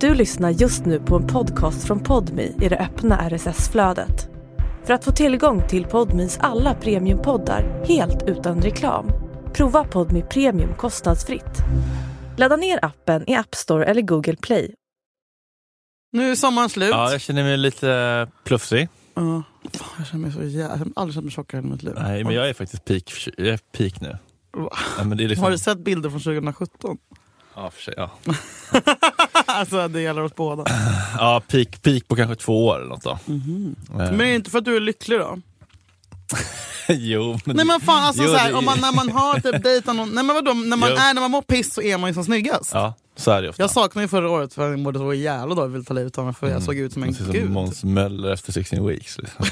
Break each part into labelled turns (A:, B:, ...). A: Du lyssnar just nu på en podcast från Podmi i det öppna RSS-flödet. För att få tillgång till Podmis alla premiumpoddar helt utan reklam, prova Podmi Premium kostnadsfritt. Ladda ner appen i App Store eller Google Play.
B: Nu är sommaren slut.
C: Ja, jag känner mig lite plufsig.
B: Ja. Fan, jag känner mig så jävla... Jag har aldrig känt mig tjockare i hela mitt liv.
C: Nej, men jag är faktiskt peak, jag är peak nu.
B: Va?
C: Ja, men det är liksom,
B: Har du sett bilder från 2017?
C: ja, för sig, ja.
B: alltså det gäller oss båda.
C: ja peak, peak på kanske två år eller något då. Eh,
B: Mhm. Men är det inte för att du är lycklig då?
C: jo, men,
B: Nej men fan alltså
C: Jo,
B: så här,
C: det-
B: om man, när man har typ dejtat någon, nej men vadå, när man,
C: Jo.
B: är, när man mår piss så är man ju som snyggast.
C: Ja, så är det ju ofta.
B: Jag saknade ju förra året för jag mådde så jävla dåligt och ville ta livet av mig för jag såg ut som en
C: Mm. Man ser
B: gud.
C: som Måns Möller efter 16 weeks. Liksom.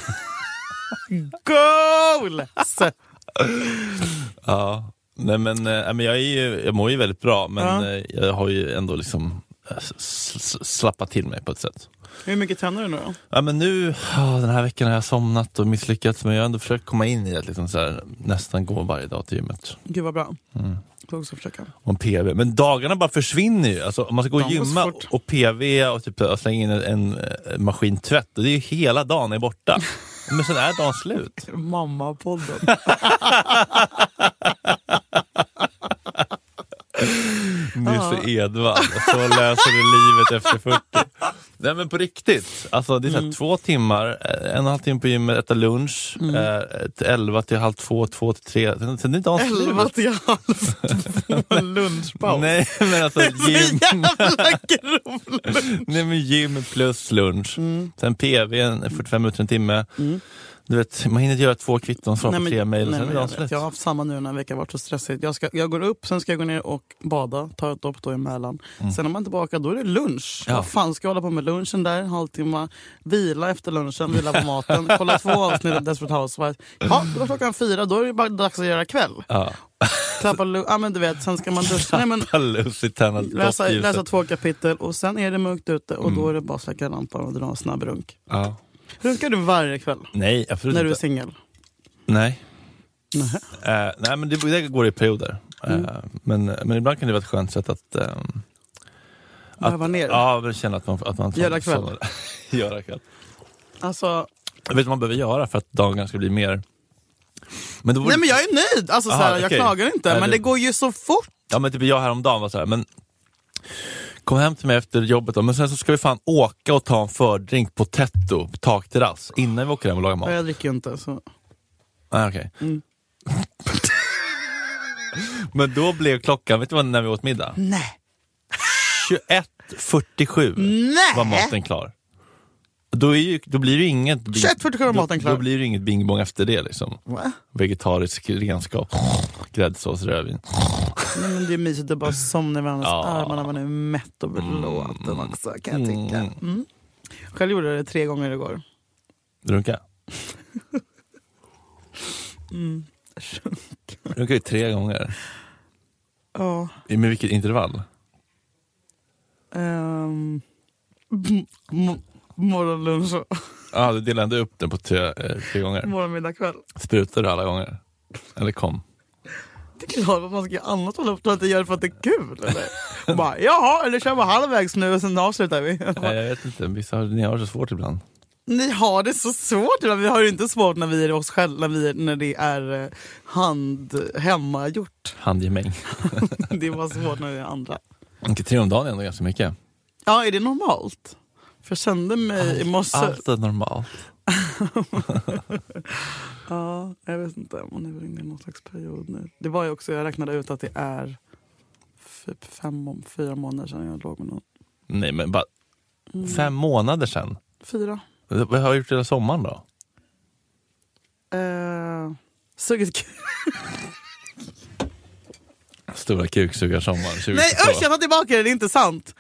B: Goals!
C: ja. Nej, men, eh, nej, men jag, är ju, jag mår ju väldigt bra, men
B: Ja.
C: eh, jag har ju ändå liksom eh, s- s- slappat till mig på ett sätt.
B: Hur mycket tränar du nu då?
C: Ja, men nu, ah, den här veckan har jag somnat och misslyckats men jag har ändå försökt komma in i att liksom så här, nästan gå varje dag till gymmet.
B: Gud vad bra.
C: Mm.
B: Jag ska också försöka.
C: Och en PV. Men dagarna bara försvinner ju. Alltså, om man ska gå och
B: De går så
C: gymma
B: fort.
C: och PV och typ, och slänga in en, en eh, maskintvätt, och det är ju hela dagen är borta. Men sen är dagen slut.
B: Mamma-podden.
C: Nisse Edvall, och så löser du livet efter 40. Nej men på riktigt. Alltså, det är så
B: Mm.
C: här, två timmar, eh, en och en halv timme på gymmet, äta lunch,
B: Mm.
C: eh, till elva till halv två, två till tre. Sen, sen är dagen slut.
B: Elva till halv två lunchpaus.
C: Nej men alltså
B: Så
C: gym,
B: jävla grovt!
C: nej, men gym plus lunch.
B: Mm.
C: Sen PV, en 45 minuter, en timme. Du vet, man hinner göra två kvitton, svara på tre mejl och sen är dagen
B: jag, vet.
C: slut.
B: jag har haft samma nu den här veckan, varit så stressigt. Jag, ska, jag går upp, sen ska jag gå ner och bada, ta ett dopp då emellan. Sen när man är tillbaka, då är det lunch.
C: Mm. Ja.
B: Vad fan ska jag hålla på med lunchen där, en halvtimme, vila efter lunchen, vila på maten, kolla två avsnitt av Desperate Housewives. Ja, då var klockan fyra, då är det bara dags att göra kväll.
C: Ja.
B: Klappa lu- ja men du vet, sen ska man duscha. Nej, men,
C: Lusitana
B: läsa,
C: doftljuset.
B: läsa två kapitel och sen är det mörkt ute och
C: Mm.
B: då är det bara att släcka lampan och dra en snabb runk.
C: Ja.
B: Runkar du varje kväll?
C: Nej, absolut
B: När du är
C: inte.
B: singel?
C: Nej.
B: Nähä.
C: Eh, nej, men det, det går i perioder. Eh,
B: Mm.
C: men, men ibland kan det vara ett skönt sätt att... ehm,
B: Varva ner?
C: ja, men känna att man... Att man
B: Göra kväll.
C: somnar. göra kväll.
B: Alltså,
C: Jag vet vad man behöver göra för att dagen ska bli mer... Men då borde-
B: nej men jag är nöjd, alltså,
C: Aha,
B: såhär, jag
C: okej.
B: klagar inte.
C: Nej,
B: men
C: det-
B: det går ju så fort.
C: Ja men typ jag häromdagen var så här, men kom hem till mig efter jobbet då, men sen så ska vi fan åka och ta en fördrink på Tetto, på takterrass, innan vi åker hem och lagar mat.
B: Jag dricker ju inte. Så.
C: Nej, okej. men då blev klockan, vet du vad, när vi åt middag?
B: Nej.
C: 21.47
B: Nej.
C: var maten klar. Då, är ju, då blir det ju inget... bing-
B: 21.47 var maten klar.
C: Då, då blir det ju inget bingbong efter det liksom.
B: Va?
C: Vegetarisk renskap, gräddsås, rödvin.
B: Nej, men det är mysigt att bara somna i varandras
C: Ja.
B: armar när man är mätt och belåten också kan jag tycka. Mm. Själv gjorde jag det tre gånger igår.
C: Runka?
B: Mm.
C: Runka ju tre gånger.
B: Ja,
C: I- Med vilket intervall?
B: ehm, m- m- morgon, lunch och
C: Ja, ah, du delade ändå upp den på tre, eh, tre gånger.
B: morgon, middag, kväll.
C: Sprutade du alla gånger? Eller kom?
B: Det är klart att man ska göra annat hålla på att jag gör det för att det är kul. Eller? Bara, Jaha, eller kör vi halvvägs nu och sen avslutar vi.
C: Nej, jag vet inte. Vissa har, ni har det så svårt ibland.
B: Ni har det så svårt. eller? Vi har det inte svårt när vi är oss själva, när, vi, när det är eh, hand, hemmagjort.
C: Handgemäng.
B: Det var svårt när det är andra.
C: Okej, tre om dagen är ändå ganska mycket.
B: Ja, är det normalt? För jag kände
C: Eh,
B: mig i morse...
C: Allt är normalt.
B: Ja, jag vet inte, man är väl inne i någon slags period nu. Det var ju också, jag räknade ut att det är typ fem, om- fyra månader sedan jag låg med någon.
C: Nej, men bara fem månader sedan.
B: Fyra?
C: Vad har jag gjort hela sommaren då?
B: Eh, sugit kuk.
C: Stora kuksugarsommaren 2022.
B: Nej usch, jag tar tillbaka det, det är inte sant!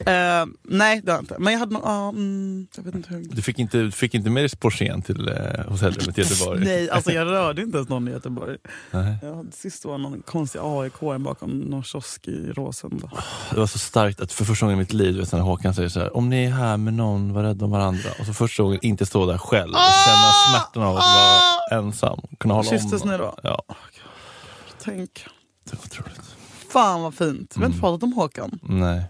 B: Eh, nej, det har jag inte. Men jag hade nog... ja, mm, jag vet inte hur...
C: Du fick inte, du fick inte med dig sportgen till eh, hotellrummet i Göteborg?
B: Nej, alltså jag rörde inte ens någon i Göteborg.
C: Nej.
B: Jag hade, sist var någon konstig aik bakom någon kiosk i Råsunda.
C: Det var så starkt att för första gången i mitt liv, du vet när Håkan säger så här, om ni är här med någon, var rädda om varandra. Och så första gången inte stå där själv och känna smärtan av att vara ensam. Kunna hålla
B: Ah! Kysstes
C: om
B: ni
C: någon.
B: då?
C: Ja,
B: Tänk.
C: det var otroligt. Mm.
B: Fan vad fint. Vi har inte pratat om Håkan.
C: Nej.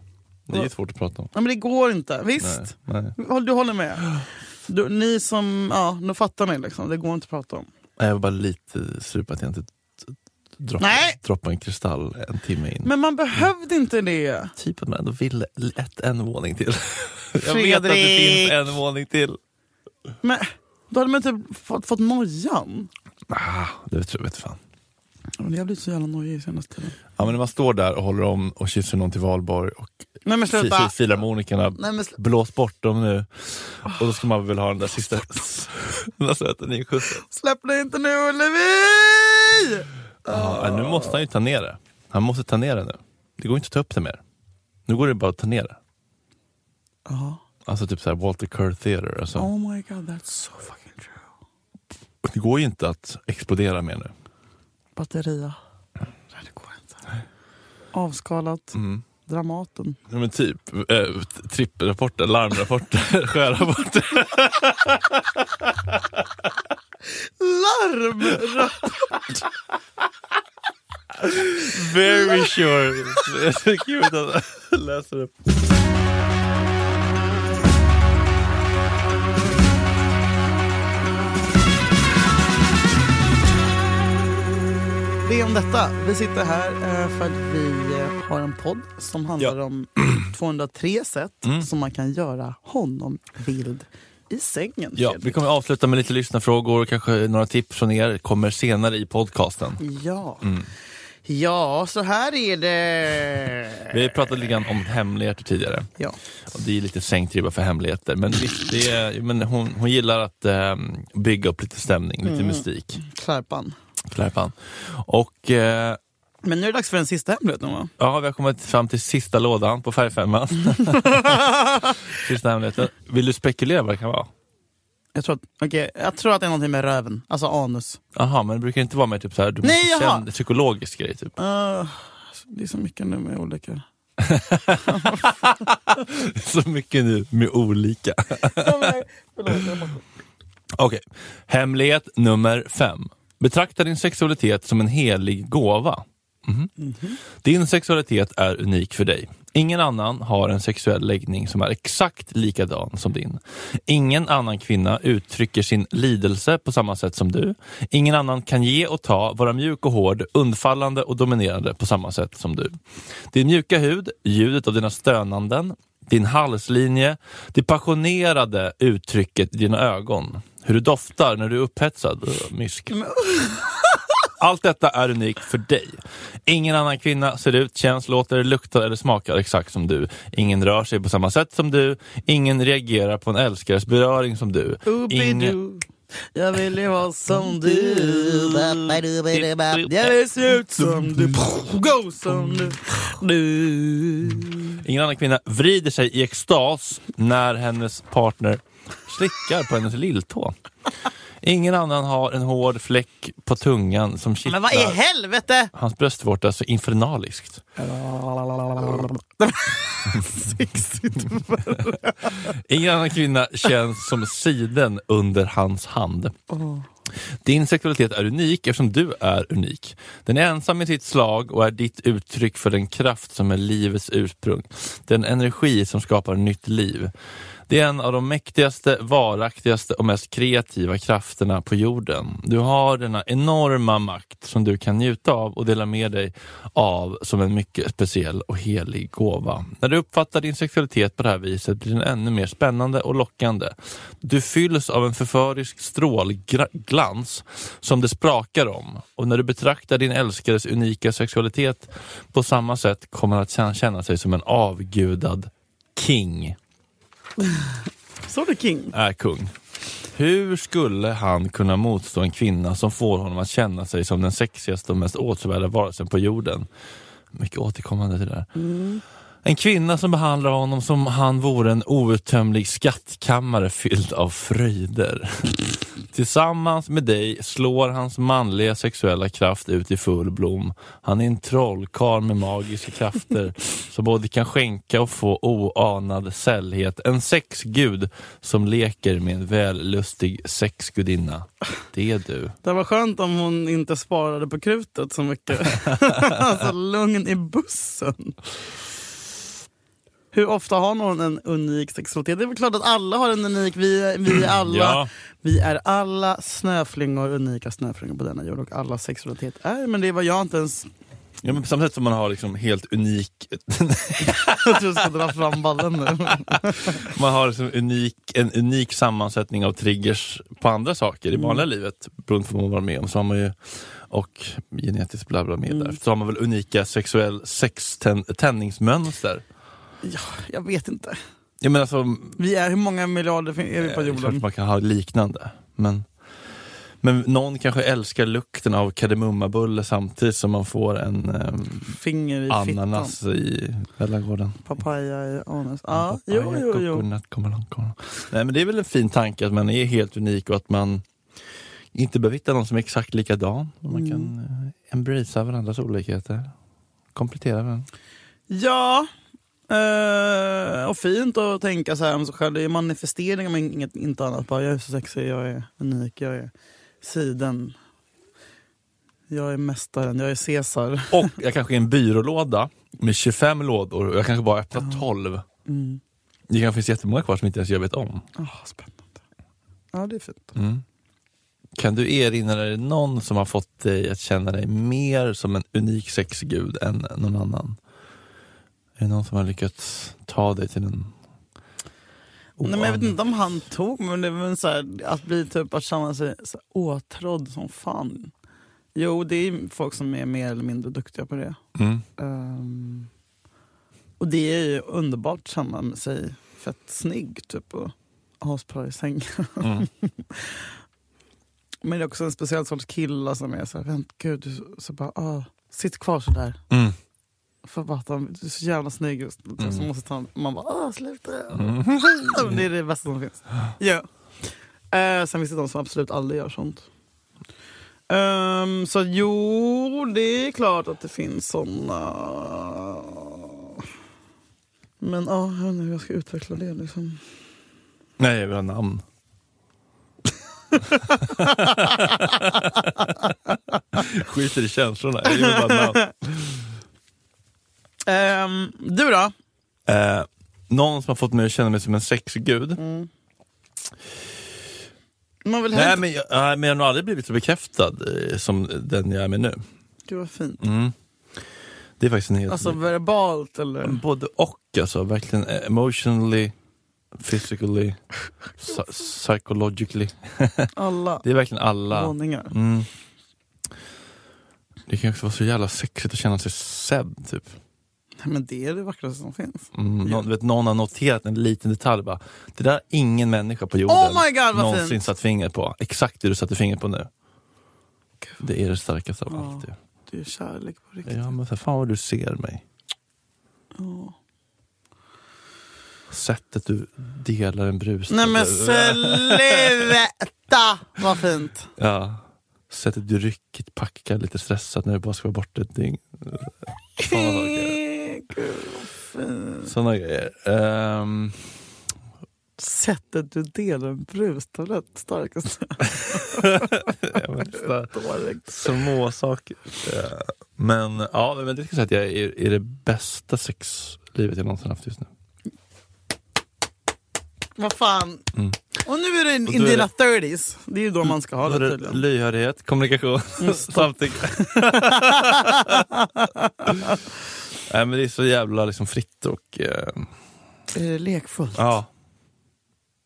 C: Det är ju svårt att prata om.
B: Ja, men det går inte. Visst?
C: Nej, nej.
B: Håll- Du håller med? Du, ni som, ja, nu fattar mig liksom. Det går inte att prata om.
C: Jag var bara lite sur på att jag inte t- t- dropp,
B: Nej.
C: droppade en kristall en timme in.
B: Men man behövde inte det.
C: Typ att man ändå ville ett, en våning till. Jag vet att det
B: Fredrik!
C: finns en våning till.
B: Men, då hade man typ fått, fått nojan.
C: Ah, det tror jag vet fan.
B: Ja, men Jag har blivit så jävla nojig senaste tiden.
C: Ja, men när man står där och håller om och kysser någon till valborg och
B: Nej men
C: fi- fi-
B: sluta.
C: filharmonikerna
B: Nej, men sl-
C: Blås bort dem nu. Och då ska man väl ha den där sista, den där söta nyskjutsen.
B: släpp det inte nu Ullevi!
C: Ja, nu måste han ju ta ner det. Han måste ta ner det nu. Det går inte att ta upp det mer. Nu går det bara att ta ner det.
B: Ja.
C: Alltså typ så här Walter Kerr Theater. Alltså.
B: Oh my god that's so fucking true.
C: Det går ju inte att explodera mer nu.
B: Batteria. Nej det går inte. Avskalat.
C: Mm.
B: Dramaten.
C: Ja, men typ äh, trippelrapporter, larmrapporter, sjörapporter.
B: Larm!
C: Very sure. Det är så kul att han läser upp.
B: Det är om detta. Vi sitter här eh, för att vi eh, har en podd som handlar
C: Ja. Mm.
B: om 203 sätt som man kan göra honom vild i sängen.
C: Ja, vi
B: Fredrik.
C: kommer avsluta med lite lyssnarfrågor, kanske några tips från er kommer senare i podcasten.
B: Ja.
C: Mm.
B: ja, så här är
C: Vi
B: det.
C: har ju pratat lite grann om hemligheter tidigare.
B: Ja.
C: Och det är lite sänkt ribba för hemligheter. Men, visst, det är, men hon, hon gillar att eh, bygga upp lite stämning, lite mystik.
B: Klärpan.
C: Flärpan. Och eh,
B: Men nu är det dags för den sista hemligheten va?
C: ja, vi har kommit fram till sista lådan på färgfemman. sista hemligheten. Vill du spekulera vad det kan vara?
B: Jag tror, att, okej, jag tror att det är någonting med röven, alltså anus.
C: Jaha, men det brukar inte vara mer typ så här, du
B: Nej,
C: måste
B: jaha.
C: känna en psykologisk grej typ.
B: Ah, det är så mycket nu med olika...
C: Så mycket nu med olika. Okej, hemlighet nummer fem. Betrakta din sexualitet som en helig gåva. Mhm. Din sexualitet är unik för dig. Ingen annan har en sexuell läggning som är exakt likadan som din. Ingen annan kvinna uttrycker sin lidelse på samma sätt som du. Ingen annan kan ge och ta, vara mjuk och hård, undfallande och dominerande på samma sätt som du. Din mjuka hud, ljudet av dina stönanden, din halslinje, det passionerade uttrycket i dina ögon, hur du doftar när du är upphetsad och mysk. Allt detta är unikt för dig. Ingen annan kvinna ser ut, känns, låter, luktar eller smakar exakt som du. Ingen rör sig på samma sätt som du. Ingen reagerar på en älskares beröring som du. Ingen...
B: Oobidoo. Jag vill ju vara som du Ba-ba-du-ba-du-ba. Jag vill se ut som du Gå som du Du
C: Ingen annan kvinna vrider sig i extas när hennes partner slickar på hennes lilltå. Ingen annan har en hård fläck på tungan som
B: Men vad i
C: kittlar
B: helvete!
C: hans bröstvårta så infernaliskt.
B: Sexigt.
C: Ingen annan kvinna känns som siden under hans hand. Din sexualitet är unik eftersom du är unik. Den är ensam i sitt slag och är ditt uttryck för den kraft som är livets ursprung. Den energi som skapar nytt liv. Det är en av de mäktigaste, varaktigaste och mest kreativa krafterna på jorden. Du har denna enorma makt som du kan njuta av och dela med dig av som en mycket speciell och helig gåva. När du uppfattar din sexualitet på det här viset blir den ännu mer spännande och lockande. Du fylls av en förförisk strålglans som det sprakar om och när du betraktar din älskares unika sexualitet på samma sätt kommer han att kän- känna sig som en avgudad king.
B: Så du King?
C: är kung. Hur skulle han kunna motstå en kvinna som får honom att känna sig som den sexigaste och mest åtråvärda varelsen på jorden? Mycket återkommande till det där. En kvinna som behandlar honom som han vore en outtömlig skattkammare fylld av fröjder. Tillsammans med dig slår hans manliga sexuella kraft ut i full blom. Han är en trollkarl med magiska krafter som både kan skänka och få oanad sällhet. En sexgud som leker med en vällustig sexgudinna. Det är du.
B: Det var skönt om hon inte sparade på krutet så mycket. alltså lugn i bussen. Hur ofta har någon en unik sexualitet? Det är väl klart att alla har en unik. Vi, är- vi, är, alla,
C: Ja.
B: vi är alla snöflingor, unika snöflingor på denna jord. Och alla sexualitet är, men det var jag inte ens...
C: Ja, men på samma sätt som man har liksom helt unik,
B: Jag tror jag ska dra fram ballen nu.
C: man har liksom unik, en unik sammansättning av triggers på andra saker i vanliga livet, beroende på vad man var med om, så har man ju, och genetiskt bla bla med där, så har man väl unika sexuell sextändningsmönster.
B: Jag vet inte.
C: Jag menar alltså,
B: Vi är, hur många miljarder fin- är vi på
C: eh, klart
B: jorden?
C: man kan ha liknande, men men någon kanske älskar lukten av kardemummabulle samtidigt som man får en ehm,
B: Finger i fittan.
C: ananas i mellangården.
B: Papaya i anus. Ja,
C: Ja,
B: jo, jo, jo.
C: Coconut, kom along, kom along. Nej, men det är väl en fin tanke att man är helt unik och att man inte behöver hitta någon som är exakt likadan. Och man
B: Mm.
C: kan eh, embracea varandras olikheter. Komplettera varandra.
B: Ja, eh, och fint att tänka så här om sig själv. Det är manifestering om inget inte annat. Bara, jag är så sexig, jag är unik, jag är siden. Jag är mästaren, jag är Caesar.
C: Och jag kanske är en byrålåda med 25 lådor och jag kanske bara öppnar 12.
B: Mm.
C: Det kanske finns jättemånga kvar som inte ens jag vet om.
B: Ah, spännande. Ja, det är fint.
C: Mm. Kan du erinra dig någon som har fått dig att känna dig mer som en unik sexgud än någon annan? Är det någon som har lyckats ta dig till en
B: Nej, men jag vet inte om han tog men det är väl så här, att bli typ att känna sig så här åtrådd som fan. Jo, det är folk som är mer eller mindre duktiga på det.
C: Mm.
B: Ehm, och det är ju underbart att känna sig fett snygg typ och asbra i sängen.
C: Mm.
B: Men det är också en speciell sorts killar som är så här, vänt gud, du är så, så bara, ah, sitt kvar så där.
C: Mm.
B: För bara att de- du är så jävla snygg just nu.
C: Mm.
B: Så måste han, man bara, ah, sluta.
C: Mm.
B: Men Det är det bästa som finns. Ja. Eh, sen finns det de som absolut aldrig gör sånt. Ehm, så jo, det är klart att det finns såna. Men ja, jag vet inte hur jag ska utveckla det. Liksom.
C: Nej, jag vill ha namn. Skiter i känslorna, jag vill bara ha namn.
B: Ehm, du då?
C: Eh, någon som har fått mig att känna mig som en sexgud.
B: Mm. Man vill
C: Nej,
B: helst...
C: men jag, nej, men jag har nog aldrig blivit så bekräftad eh, som den jag är med nu.
B: Gud vad fint.
C: Mm. Det är faktiskt en helt
B: Alltså
C: ny-
B: verbalt eller?
C: Både och alltså, verkligen eh, emotionally, physically, psy- psychologically.
B: Alla
C: Det är verkligen alla.
B: våningar.
C: Mm. Det kan ju också vara så jävla sexigt att känna sig sedd typ.
B: Nej, men det är det vackraste som finns.
C: Mm, någon, du vet, någon har noterat en liten detalj bara, det där har ingen människa på jorden
B: Oh my god vad
C: någonsin
B: fint!
C: satt fingret på. Exakt det du satte fingret på nu. Det är det starkaste av
B: Ja.
C: allt. ju.
B: Det är kärlek på riktigt.
C: Ja, men så här, fan vad du ser mig.
B: Ja.
C: Sättet du delar en brus
B: Nej men sluta! Vad fint.
C: Ja. Sättet du ryckigt packar lite stressat när du bara ska vara borta ett dygn. Fan vad grejer.
B: Eh, Gud, vad fint.
C: Såna grejer. Ehm,
B: Sättet du delar en brustablett, starkaste
C: jag vet inte.
B: dåligt.
C: Små saker. Eh, Men ja, men det ska jag säga att jag är, är det bästa sexlivet jag någonsin haft just nu.
B: Vad fan.
C: Mm.
B: Och nu är du in,
C: Och
B: in
C: då är Mm,
B: dina 30s. Det är ju då man ska ha
C: Då
B: det
C: är det
B: tydligen. Mm.
C: Lyhördhet, kommunikation, samtycke. Nej men det är så jävla liksom fritt och eh,
B: Är det Eh, lekfullt?
C: ja.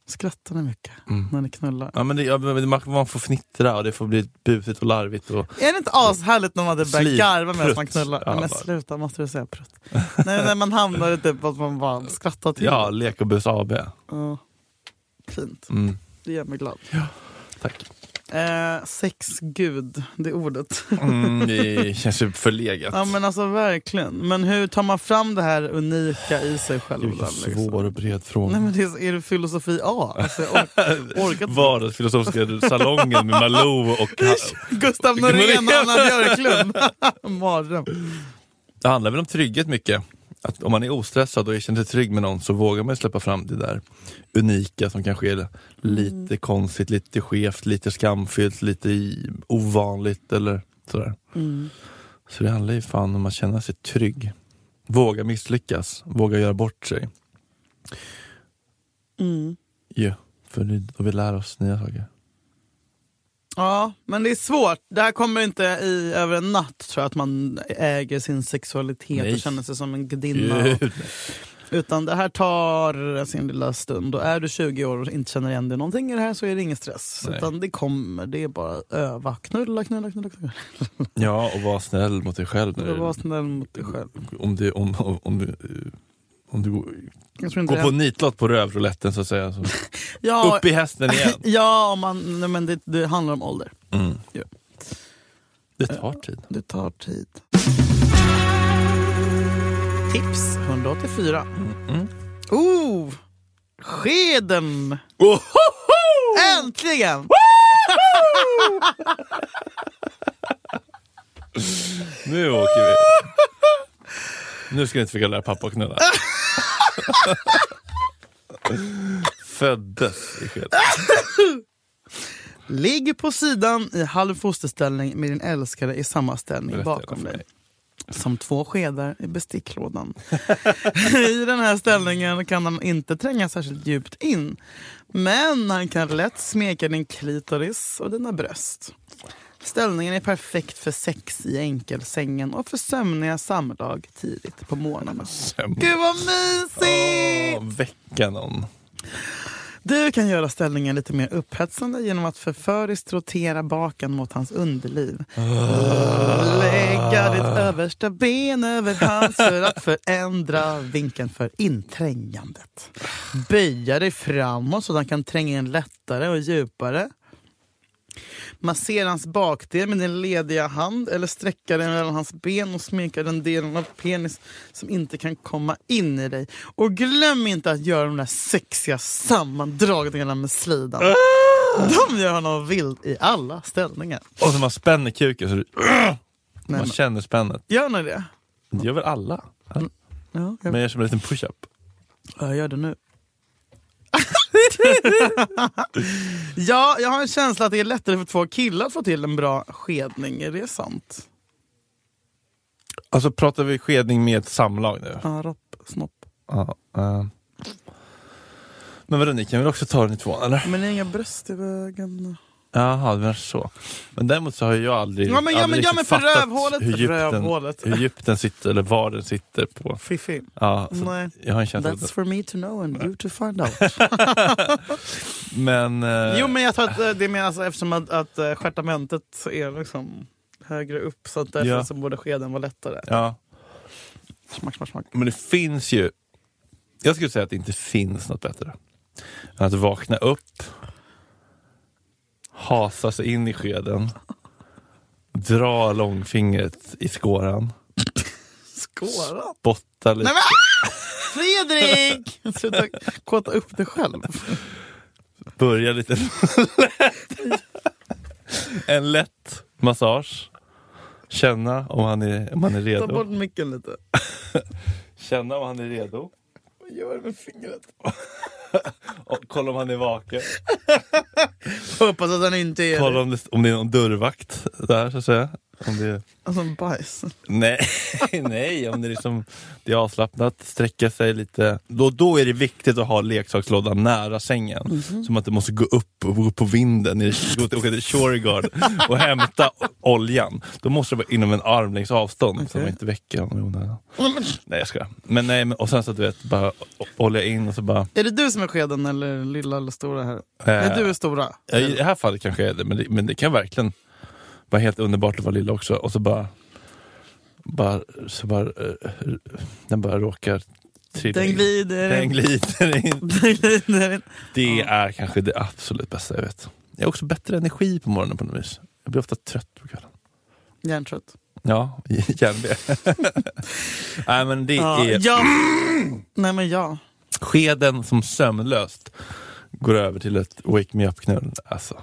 B: Skrattar ni mycket
C: Mm.
B: när ni knullar?
C: ja, men det, ja, men det- man- man får fnittra och det får bli busigt och larvigt. Och,
B: Är det inte ashärligt när man hade börjat
C: Sliv,
B: garva med att man
C: prutt.
B: knullar?
C: Ja,
B: Nej, men
C: bara.
B: sluta, måste du säga prutt? Nej, när man hamnar i typ att man bara skrattar till.
C: ja, lek och bus AB.
B: Ja. Fint,
C: Mm,
B: det gör mig glad.
C: tack.
B: Eh, sexgud, det ordet.
C: Mm, det känns ju förlegat.
B: Ja men alltså verkligen. Men hur tar man fram det här unika i sig själv?
C: det är ju en
B: liksom?
C: svår och bred fråga.
B: Nej men det är, så- är det filosofi A? Alltså, jag or- orkar inte.
C: Vardagsfilosofiska salongen med Malou och...
B: Gustav Norén och Anna Björklund. Mardröm.
C: Det handlar väl om trygghet mycket. Att om man är ostressad och känner sig trygg med någon så vågar man ju släppa fram det där unika som kanske är lite
B: Mm.
C: konstigt, lite skevt, lite skamfyllt, lite i- ovanligt eller sådär. Så det handlar ju fan om att känna sig trygg. Våga misslyckas, våga göra bort sig.
B: Mm.
C: Ja, för det är då vi lär oss nya saker.
B: Ja, men det är svårt. Det här kommer inte i över en natt tror jag, att man äger sin sexualitet
C: Nej.
B: och känner sig som en gudinna. Utan det här tar sin lilla stund. Och är du 20 år och inte känner igen dig i någonting i det här så är det ingen stress.
C: Nej.
B: Utan det kommer. Det är bara att öva. Knulla, knulla, knulla. knulla.
C: Ja, och var snäll mot dig själv. När
B: Och Var
C: du,
B: snäll mot dig själv.
C: om, du, om, om, om du eh, om du går-
B: Jag tror inte
C: går på
B: det.
C: nitlott på rövrouletten så att säga. Så.
B: Ja,
C: Upp i hästen igen.
B: ja om man, nej, men det, det handlar om ålder.
C: Mm.
B: Ja. Äh.
C: Det tar tid.
B: Det tar tid. Tips 184.
C: Mm.
B: Oh! Skeden! Äntligen!
C: Nu åker vi. Nu ska ni inte försöka lära pappa att knulla. Föddes i skeden.
B: Ligg på sidan i halv fosterställning med din älskare i samma ställning
C: Berätta
B: bakom
C: gärna för
B: dig. Som två skedar i besticklådan. I den här ställningen kan han inte tränga särskilt djupt in. Men han kan lätt smeka din klitoris och dina bröst. Ställningen är perfekt för sex i enkelsängen och för sömniga samlag tidigt på morgnarna. Gud vad mysigt!
C: Åh, Väcka någon.
B: Du kan göra ställningen lite mer upphetsande genom att förföriskt rotera baken mot hans underliv. Lägga ditt översta ben över hans för att förändra vinkeln för inträngandet. Böja dig framåt så att han kan tränga in lättare och djupare. Massera hans bakdel med din lediga hand eller sträcka den mellan hans ben och smeka den delen av penis som inte kan komma in i dig. Och glöm inte att göra de där sexiga sammandragningarna med slidan. De gör honom vild i alla ställningar.
C: Och när man spänner kuken så du,
B: Nej,
C: man
B: men,
C: känner spännet.
B: gör ni det?
C: Det gör väl alla?
B: Ja, jag,
C: Men jag gör som en liten push-up.
B: ja, jag gör det nu. ja, jag har en känsla att det är lättare för två killar att få till en bra skedning. Är det sant?
C: Alltså pratar vi skedning med ett samlag nu?
B: Ja, ropp, snopp.
C: Ja, eh. Men vadå, ni kan väl också ta den i tvåan eller?
B: Men det är inga bröst i vägen.
C: Jaha, det var så. Men däremot så har ju jag aldrig,
B: Ja, men- ja, men-
C: aldrig
B: ja,
C: riktigt
B: men för
C: fattat
B: rövhålet-
C: hur djupt,
B: rövhålet.
C: Den, hur djupt den sitter eller var den sitter på.
B: Fiffi.
C: Ja, så
B: Nej.
C: jag har en känsla av
B: That's
C: det.
B: for me to know and you to find out.
C: Men, eh,
B: jo men jag tror att eh, det menas eftersom att, att eh, stjärtamentet är liksom högre upp så att därför
C: Ja.
B: så borde skeden vara lättare.
C: ja,
B: Smack, smack, smack.
C: men det finns ju... Jag skulle säga att det inte finns något bättre. Än att vakna upp, hasa sig in i skeden, dra långfingret i skåran,
B: Skåra!
C: botta lite.
B: Nej, men- Fredrik! Sluta kåta upp dig själv.
C: börja lite lätt. En lätt massage. Känna om han är, om han är
B: Ta bort
C: redo.
B: micken lite.
C: Känna om han är redo.
B: Vad gör du med fingret?
C: Och kolla om han är vaken.
B: Hoppas att han inte är
C: Kolla
B: det.
C: om det, om det är någon dörrvakt där så att säga. Om det,
B: Alltså bajs.
C: nej, nej, om det är, liksom, det är avslappnat, sträcka sig lite. Då, då är det viktigt att ha leksakslådan nära sängen. Så man inte måste gå upp och gå upp på vinden, i- gå till, åka till Shoreguard och hämta oljan. Då måste det vara inom en armlängds avstånd så man inte väcker honom i onödan.
B: Nej, men-
C: Nej jag skojar. Men nej, men, och sen så att du vet, bara o- olja in och så bara...
B: Är det du som är skeden eller lilla eller stora här?
C: eh,
B: Nej, du är stora.
C: ja, I det här fallet kanske är det, men det, men det kan verkligen vara helt underbart att vara lilla också. Och så bara... bara så bara... eh, den bara råkar trilla
B: Den
C: in.
B: glider
C: Den
B: in.
C: glider in.
B: Den glider in.
C: Det
B: Ja.
C: är kanske det absolut bästa jag vet. Jag har också bättre energi på morgonen på något vis. Jag blir ofta trött på kvällen.
B: Hjärntrött.
C: Ja, gärna det. Nej men det
B: Ja,
C: är
B: ja. Nej men ja.
C: skeden som sömnlöst går över till ett wake me up-knull. Alltså,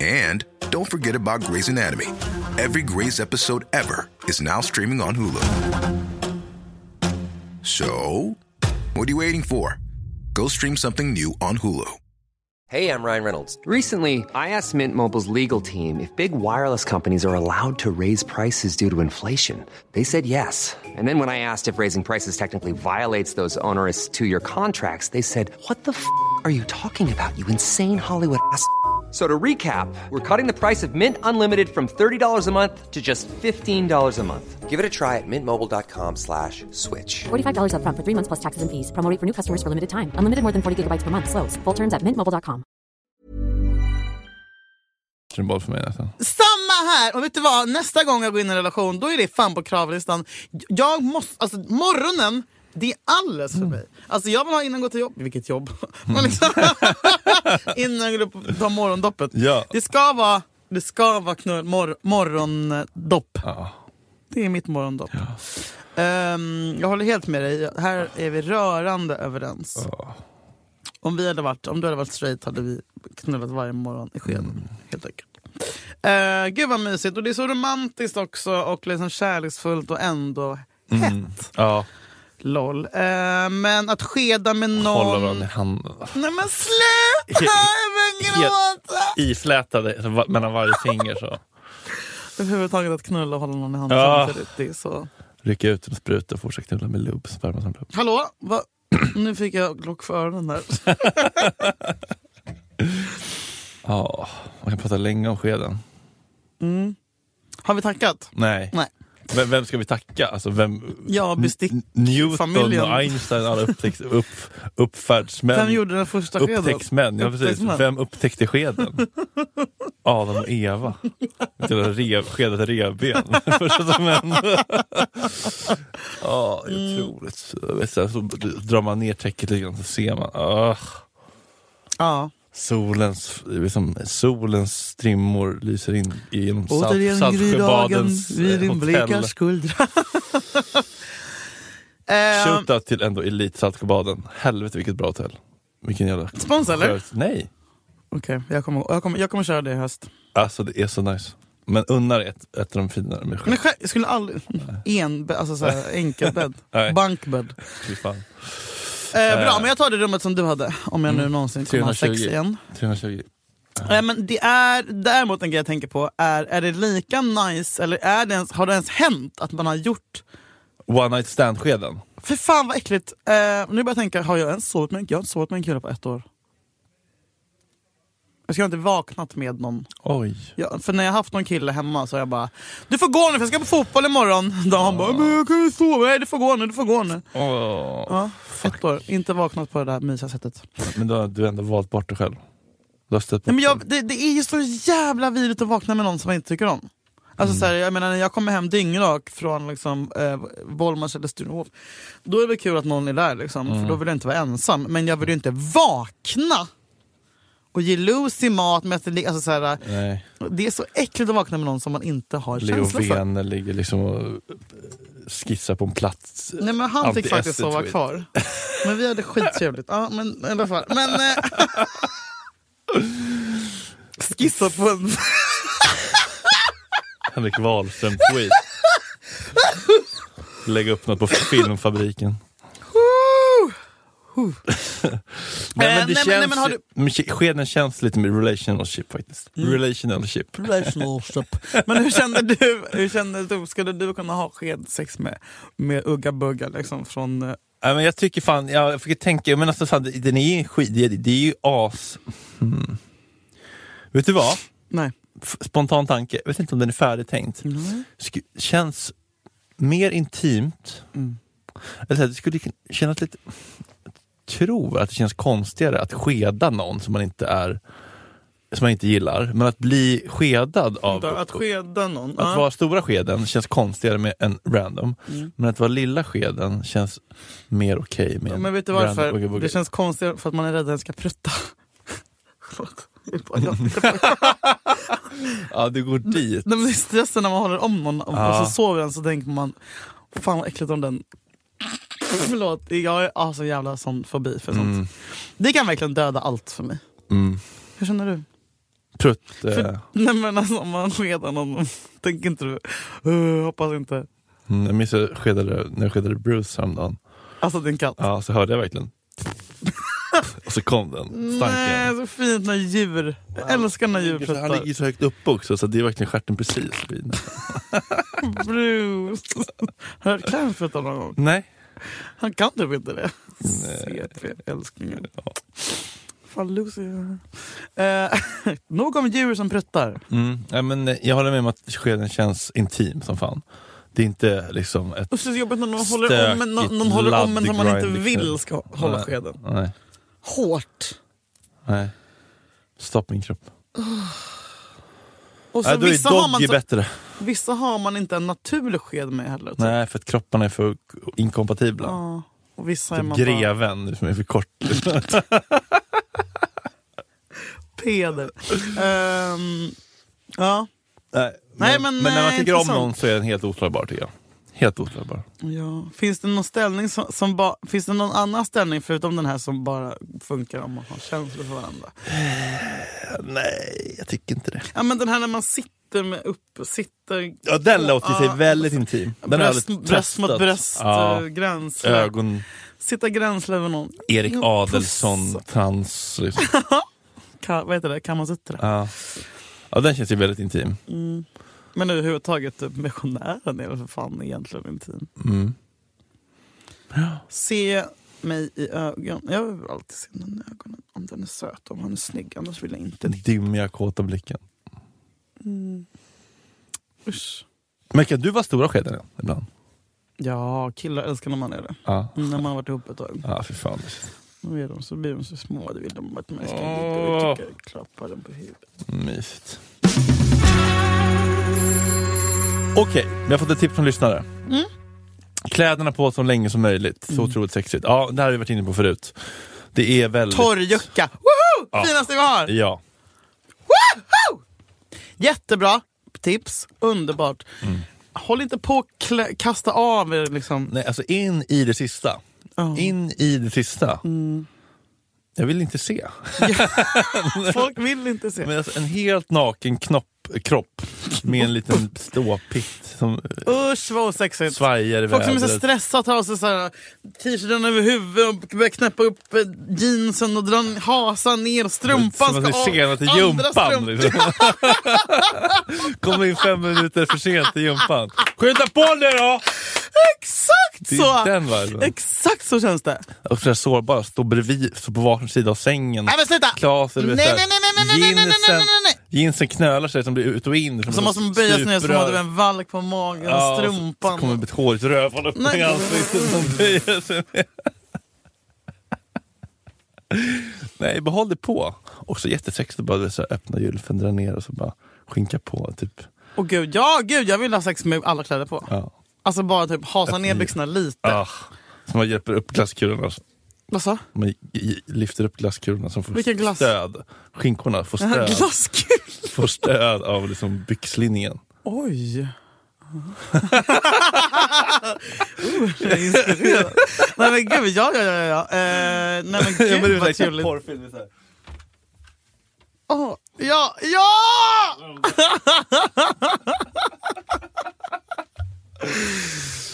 D: And don't forget about Grey's Anatomy. Every Grey's episode ever is now streaming on Hulu. So, what are you waiting for? Go stream something new on Hulu.
E: Hey, I'm Ryan Reynolds. Recently, I asked Mint Mobile's legal team if big wireless companies are allowed to raise prices due to inflation. They said yes. And then when I asked if raising prices technically violates those onerous two year contracts, they said, What the f are you talking about, you insane Hollywood ass? So to recap, we're cutting the price of Mint Unlimited from $30 a month to just $15 a month. Give it a try at mintmobile.com slash switch.
F: $45 up front for three months plus taxes and fees. Promo for new customers for limited time. Unlimited more than 40 gigabytes per month. Slows. Full terms at mintmobile.com.
C: Symbol för mig nästan.
B: Samma här! Och vet du vad? Nästa gång jag går in i en relation, då är det fan på kravlistan. Jag måste, alltså morgonen, det är alldeles för mig. Alltså jag vill ha innan jag går till jobb. Vilket jobb? Men liksom, innan jag går upp och tar morgondoppet.
C: Ja.
B: Det ska vara, det ska vara knull, mor, morgondopp.
C: Ja.
B: Det är mitt morgondopp. Ehm, jag håller helt med dig. Här är vi rörande överens.
C: Ja.
B: Om, vi hade varit, om du hade varit straight hade vi knullat varje morgon i skeden.
C: Mm.
B: Helt enkelt. Uh, gud vad mysigt. Och det är så romantiskt också och liksom kärleksfullt och ändå hett.
C: Mm. Ja.
B: LOL. Eh, men att skeda med
C: Håller
B: någon...
C: varandra i handen.
B: Nej men sluta! Jag börjar gråta!
C: Iflätade så alltså, va- mellan varje finger så.
B: Överhuvudtaget att knulla och hålla någon i handen
C: Ja.
B: samtidigt. Det är så...
C: Rycka ut en spruta och fortsätta knulla med lubb. Sperma som lubb.
B: Hallå? Va? Nu fick jag lock för öronen här.
C: Ja, man kan prata länge om skeden.
B: Har vi tackat?
C: Nej.
B: Nej.
C: Vem, vem ska vi tacka? Alltså vem,
B: Ja, bestick.
C: N- Newton
B: familjen.
C: och Einstein, alla upptäcks, upp, uppfärdsmän.
B: Vem gjorde den första skeden?
C: Upptäcktsmän, ja precis.
B: Upptäcktsmän.
C: Vem upptäckte skeden? Adam och Eva. Det var rev, skedet revben. Första som hände. Ja, det är otroligt. Så, vet du, så drar man ner täcket lite grann så ser man. Ah,
B: Ja.
C: solens, liksom, solens strimmor lyser in genom
B: Återigen
C: Salt- Saltsjöbadens
B: grydagen vid
C: eh,
B: din bleka
C: hotell.
B: skuldra. eh,
C: Shoutout till ändå Elit Saltsjöbaden. Helvete vilket bra hotell. Vilken jävla...
B: Spons, eller?
C: skör- Nej.
B: Okej, jag, kommer, jag, kommer, jag kommer köra det i höst.
C: Alltså det är så nice. Men unnar är ett, ett av de finare med
B: Men
C: skämt.
B: själv, jag skulle aldrig... En, alltså så här, enkelbädd.
C: Nej.
B: Bankbädd.
C: Fy fan.
B: Eh, bra, men jag tar det rummet som du hade. Om jag nu
C: Mm.
B: någonsin kommer ha sex
C: 320.
B: igen.
C: 320.
B: Eh, men det är däremot en grej jag tänker på. Är, är det lika nice, eller är det ens, har det ens hänt att man har gjort...
C: One night stand-skeden.
B: För fan vad äckligt. Eh, nu börjar jag tänka, har jag ens sovit med en Jag har inte sovit med en kille på ett år. Jag ska inte vaknat med någon.
C: Oj.
B: Ja, för när jag haft någon kille hemma så har jag bara Du får gå nu för jag ska på fotboll imorgon. Då han bara Men jag kan ju sova. Nej du får gå nu, du får gå nu.
C: Åh.
B: Ja, ett år. Inte vaknat på det där mysiga sättet.
C: Men då har du ändå valt bort dig själv. Du har stött
B: Nej, men
C: bort
B: jag, det, det är ju så jävla vidrigt att vakna med någon som man inte tycker om. Alltså,
C: Mm.
B: så här, jag menar, när jag kommer hem dyngrak från liksom, eh, Bollmars eller Sturehof, då är det väl kul att någon är där, liksom,
C: Mm.
B: för då vill jag inte vara ensam. Men jag vill ju inte vakna och ge Lucy mat. Med att det, li- alltså, så här,
C: dig. Nej.
B: det är så äckligt att vakna med någon som man inte har
C: Leo
B: känsla för.
C: Vene ligger liksom och eh, skissar på en plats.
B: Nej, men han fick
C: Anti-acid
B: faktiskt sova
C: tweet.
B: kvar. Men vi hade skittrevligt. Ja, men, i alla fall. men, eh, skissa på en...
C: Henrik Wahlström-tweet. Lägga upp något på filmfabriken.
B: Eh,
C: Nej, men det
B: nej, men-
C: känns,
B: nej, men har du- Mm.
C: men ke- skeden känns lite med relationship faktiskt. Relationship.
B: relationship. Men hur kände du? Hur kände du skulle du kunna ha skedsex med, med Ugga Bugga? Liksom från, eh,
C: Nej, men jag tycker fan, jag fick tänka, men alltså fan, det- den är ju skit, det, det är ju as... Hmm. Vet du vad?
B: nej.
C: F- Spontan tanke, jag vet inte om den är färdigtänkt. Sk- känns mer intimt. Eller så här, det skulle kun- kännas lite... Jag tror att det känns konstigare att skeda någon som man inte är som man inte gillar, men att bli skedad av...
B: Att skeda någon.
C: Att vara stora skeden känns konstigare med en random,
B: Mm.
C: men att vara lilla skeden känns mer okej med
B: ja.
C: en
B: Men vet du
C: random
B: varför?
C: boogie-woogie.
B: Det känns konstigt för att man är rädd att den ska prutta. Förlåt.
C: Ja, du går
B: Mm.
C: dit.
B: Nej, men det är stressen när man håller om någon och
C: Ja.
B: så sover den så tänker man fan vad äckligt om den Förlåt, jag har så jävla sån fobi för sånt.
C: Mm.
B: Det kan verkligen döda allt för mig.
C: Mm.
B: Hur känner du?
C: Trött. eh,
B: För, nej men alltså om man skedar någon, tänker inte du, "Uh, hoppas inte.
C: mm, jag minns jag skedade, när jag skedade Bruce häromdagen.
B: Alltså din katt.
C: Ja, så hörde jag verkligen. Och så kom den
B: Nej,
C: stanken.
B: så fint när djur, jag älskar när djur
C: Han ligger
B: pruttar.
C: ju så högt upp också så det är verkligen stjärten precis vid.
B: Bruce. Har du hört Clarence prutta någon gång?
C: Nej.
B: Han kan typ inte det.
C: Nej.
B: CP, älsklingar. Fan Lucy. Eh, nog om djur som pruttar.
C: Mm. Nej, men eh, jag håller med om att skeden känns intim som fan. Det är inte liksom ett...
B: Och så är det jobbigt när någon håller om en, någon, någon
C: Stökigt,
B: håller om en som man inte
C: laddgrind, liksom.
B: vill ska hålla
C: Nej.
B: skeden.
C: Nej.
B: Hårt.
C: Nej. Stopp min kropp.
B: Och
C: Nej,
B: sen,
C: då
B: vissa,
C: är
B: har
C: doggy
B: man typ- så,
C: bättre.
B: vissa har man inte en naturlig sked med heller. typ.
C: Nej, för att kropparna är för inkompatibla.
B: Ja. Och vissa är
C: Typ
B: man bara
C: greven som är för kort.
B: peder. Ehm, ja.
C: Nej,
B: Nej,
C: men,
B: men,
C: men när man
B: eh,
C: tycker om
B: intressant.
C: någon så är den helt oslagbar tycker jag. Helt oslagbar.
B: ja. Finns det någon ställning som, som ba, Finns det någon annan ställning förutom den här som bara funkar om man har känslor för varandra?
C: Nej, jag tycker inte det.
B: Ja men den här när man sitter med upp, sitter
C: Ja, den låter sig
B: Ja,
C: väldigt intim. Den har jag
B: bröst,
C: aldrig
B: bröst mot
C: testat.
B: bröst,
C: Ja.
B: eh, gränsle.
C: Ögon,
B: Sitta gränsle över någon.
C: Erik
B: Jo,
C: Adelsson,
B: puss.
C: trans. Liksom.
B: Ka, vad heter det? Kamasutra.
C: Ja. ja, den känns ju väldigt intim.
B: Men överhuvudtaget, typ, missionären är väl för fan egentligen intim.
C: Mm.
B: Se mig i ögonen. Jag vill alltid se någon i ögonen. Om den är söt, om han är snygg. Annars vill jag inte
C: Den
B: det.
C: dimmiga kåta blicken.
B: Usch.
C: Men kan du vara stora skeden igen ibland?
B: Ja, killar älskar när man är det.
C: Ja,
B: När man har varit ihop ett tag.
C: ja fy fan.
B: Då är de så blir de så små. Det vill de att man ska
C: Åh.
B: oh. klappa den på huvudet.
C: Mysigt. Okej, vi har fått ett tips från lyssnare.
B: Mm.
C: Kläderna på så länge som möjligt. Så otroligt sexigt. Ja, det här har vi varit inne på förut. Det är väldigt...
B: Torrjucka! Woho!
C: Ja.
B: Finaste vi har!
C: Ja.
B: Jättebra tips, underbart.
C: Mm.
B: Håll inte på att klä- kasta av er liksom.
C: Nej, alltså in i det sista.
B: Ja. Mm.
C: In i det sista. Jag vill inte se.
B: Folk vill inte se.
C: Men alltså, en helt naken knopp, kropp med en liten ståpitt som
B: Usch vad osexigt.
C: svajar i
B: Folk som är så
C: vädret.
B: stressade tar av sig så här t-shirten över huvudet och börjar knäppa upp eh, jeansen och dra hasan ner. Strumpan
C: Som
B: ska
C: att
B: av.
C: vi är sena till jumpan. Liksom. Kommer in fem minuter för sent till jumpan. Skynda på nu då!
B: Exakt
C: Det är
B: så!
C: den viben.
B: Exakt så känns det.
C: Och sådär sårbara, stå bredvid, stå på varsin sida av sängen.
B: Nej men sluta!
C: Klas, du
B: nej,
C: vet
B: nej, nej,
C: såhär,
B: nej, nej, nej, nej, nej, nej, nej, nej, nej.
C: Jeansen knölar sig som blir ut och in. Som
B: Så
C: ett
B: måste man böja sig ner som
C: stuprör.
B: om man hade en valk på magen
C: Ja,
B: och
C: så-
B: strumpan.
C: Så kommer ett hårigt rövhål upp
B: Nej.
C: i ansiktet som böjer sig ner. Nej, behåll det på. Också jättesexigt att bara du vet, så här, öppna gylfen, dra ner och så bara skinka på. Typ.
B: Och gud, ja gud, jag vill ha sex med alla kläder på.
C: Ja.
B: Alltså bara typ hasa ner byxorna lite.
C: Ah, så man hjälper upp glasskulorna. så
B: Vad så?
C: Man i- i- lyfter upp glasskulorna som får
B: Vilken glass?
C: stöd. Skinkorna får stöd,
B: Glasskul!
C: får stöd av liksom byxlinjen.
B: Oj! oh, jag är inspirerad. nej men gud, ja ja ja. ja. Eh, nej men gud
C: Ja, men det är
B: vad
C: säkert en
B: trevligt.
C: porrfilm, det är så här.
B: Åh, ja, ja!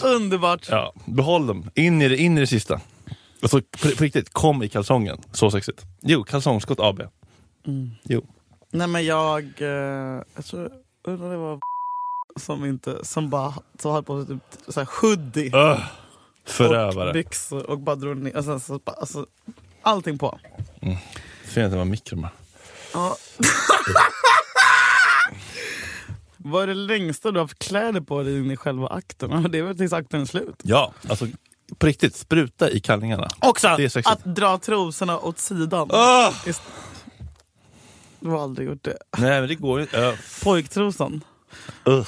B: Underbart.
C: Ja, behåll dem. In i det, in i det sista. Och så på, på riktigt, kom i kalsongen. Så sexigt. Jo, kalsongskott AB. Jo.
B: Nej men jag, eh, jag tror, undrar det var som inte, som bara som hade på sig typ såhär hoodie.
C: Öh,
B: Och
C: förövare.
B: byxor och bara drog ner. Alltså, alltså, bara- alltså, allting på.
C: Synd att det var mikron bara.
B: Ja. Vad är det längsta du har haft kläder på dig in i själva akten? Ja, Det är väl tills akten är slut.
C: Ja, alltså på riktigt, spruta i kallingarna.
B: Också Ah.
C: Det är sexigt.
B: att dra trosorna åt sidan.
C: Öh!
B: Just- Du har aldrig gjort det.
C: Nej men det går ju inte. Öh,
B: Pojktrosan.
C: Ugh.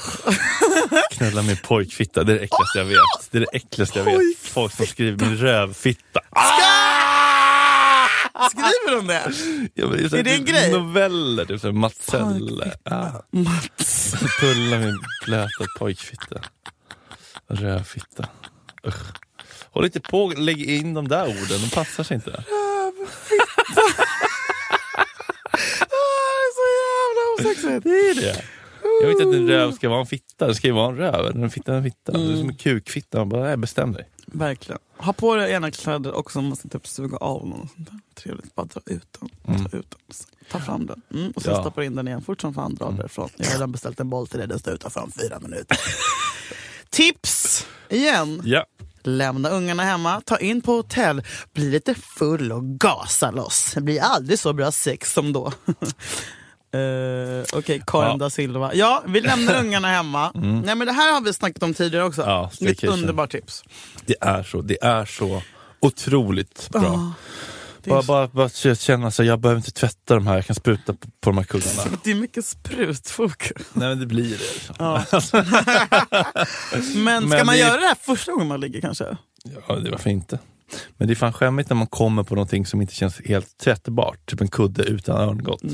C: Knulla min pojkfitta, det är det äckligaste jag vet. Det är det äckligaste jag vet. Folk som skriver min rövfitta. Ah!
B: Skriver hon det?
C: Ja, men så
B: Är
C: här,
B: det en
C: typ
B: grej?
C: Noveller, typ såhär
B: Pojkfitta.
C: Matselle. Ja. Pulla min blöta pojkfitta. Rövfitta. Usch. Håll inte på och lägg in de där orden, de passar sig inte.
B: Ah, Det är så jävla osexigt.
C: Det är det. Jag vet inte att en röv ska vara en fitta, det ska ju vara en röv. eller En fitta är en fitta. Det är
B: Mm.
C: som en kukfitta. Man bara, nej, bestäm dig.
B: Verkligen. Ha på dig ena kläder och så måste typ suga av någon. och sånt där. Trevligt. Bara dra ut den. Ta, ut den. ta fram den. Mm. Och sen
C: Mm. Ja. Mm.
B: stoppa in den igen fort som fan. Dra därifrån. Jag har redan beställt en boll till dig. Den står utanför om fyra minuter. Tips! Igen.
C: Ja.
B: Lämna ungarna hemma, ta in på hotell, bli lite full och gasa loss. Det blir aldrig så bra sex som då. Eh, Okej, Karin
C: Ja. Mm.
B: da Silva. Ja, vi lämnar ungarna hemma. Nej, men Det här har vi snackat om tidigare också.
C: Ja,
B: Ett
C: staycation.
B: underbart tips.
C: Det är så. Det är så otroligt bra.
B: är
C: bara,
B: så-
C: bara, bara k- känna så här, jag behöver inte tvätta de här, jag kan spruta på, på de här kuddarna.
B: Det är mycket sprutfokus.
C: nej men det blir det. Liksom. Ja.
B: Men ska
C: Men
B: man
C: det-
B: göra det här första gången man ligger kanske?
C: det varför inte? Men det är fan skämmigt när man kommer på någonting som inte känns helt tvättbart. Typ en kudde utan örngott.
B: Nej.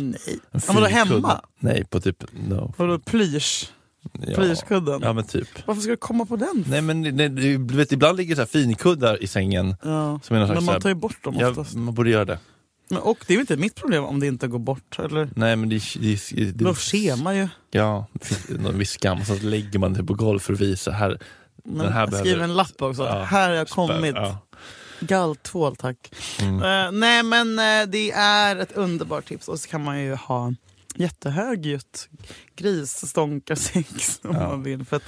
C: En
B: Mm. Ja, men då
C: fin kudde.
B: hemma?
C: Nej, på typ... No.
B: Vadå plysch?
C: Ja.
B: Plyschkudden?
C: ja, men typ.
B: Varför ska du komma på den?
C: Nej men nej, du du vet, ibland ligger så här finkuddar i sängen.
B: Ja.
C: Som är någon slags
B: Men
C: så
B: man
C: här-
B: tar ju bort dem
C: Ja,
B: oftast.
C: man borde göra det.
B: Men, och det är ju inte mitt problem om det inte går bort. Eller?
C: Nej men det är... Det, är- det,
B: Då ser man ju.
C: ja, det finns någon viss skam. Så lägger man det på golvet för att visa. Här, den här
B: Men
C: behöver...
B: Skriv en lapp också.
C: Ja.
B: Här har jag kommit.
C: Ja.
B: Galltvål tack.
C: Mm.
B: Eh, nej men eh, det är ett underbart tips. Och så kan man ju ha jättehögljutt grisstånka sex om
C: Ja.
B: man vill. För att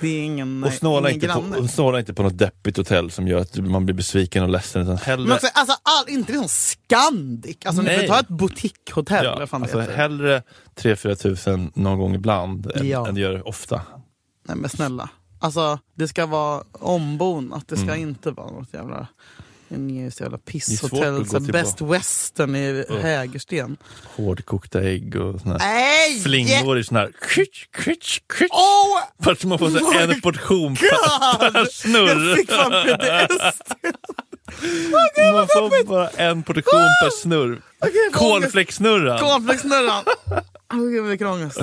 B: det är ingen,
C: Och snåla
B: ingen
C: inte, på,
B: granne.
C: och snåla inte på något deppigt hotell som gör att man blir besviken och ledsen. Utan hellre,
B: Men också, alltså, all, inte liksom Scandic. Alltså, ni
C: Nej.
B: får ta ett boutiquehotell.
C: ja,
B: eller vad fan
C: alltså,
B: det heter.
C: hellre 3-4 tusen någon gång ibland än,
B: Ja.
C: än gör ofta.
B: Nej men snälla. Alltså det ska vara ombonat, det ska inte vara något jävla Nils jävla
C: Mm. Det är svårt
B: pisshotell.
C: att
B: Så
C: gå tillbaka.
B: Best Western i Hägersten.
C: Hårdkokta ägg och såna här
B: Nej!
C: flingor i sån här... Kritsch, kritsch, kritsch.
B: Oh!
C: För att man får så här
B: My
C: en portion per, per
B: Jag
C: snurr.
B: fick fan PTSD.
C: Man får bara en portion
B: Ah!
C: per snurr. Cornflakesnurran.
B: Cornflakesnurran. Åh gud vilken ångest.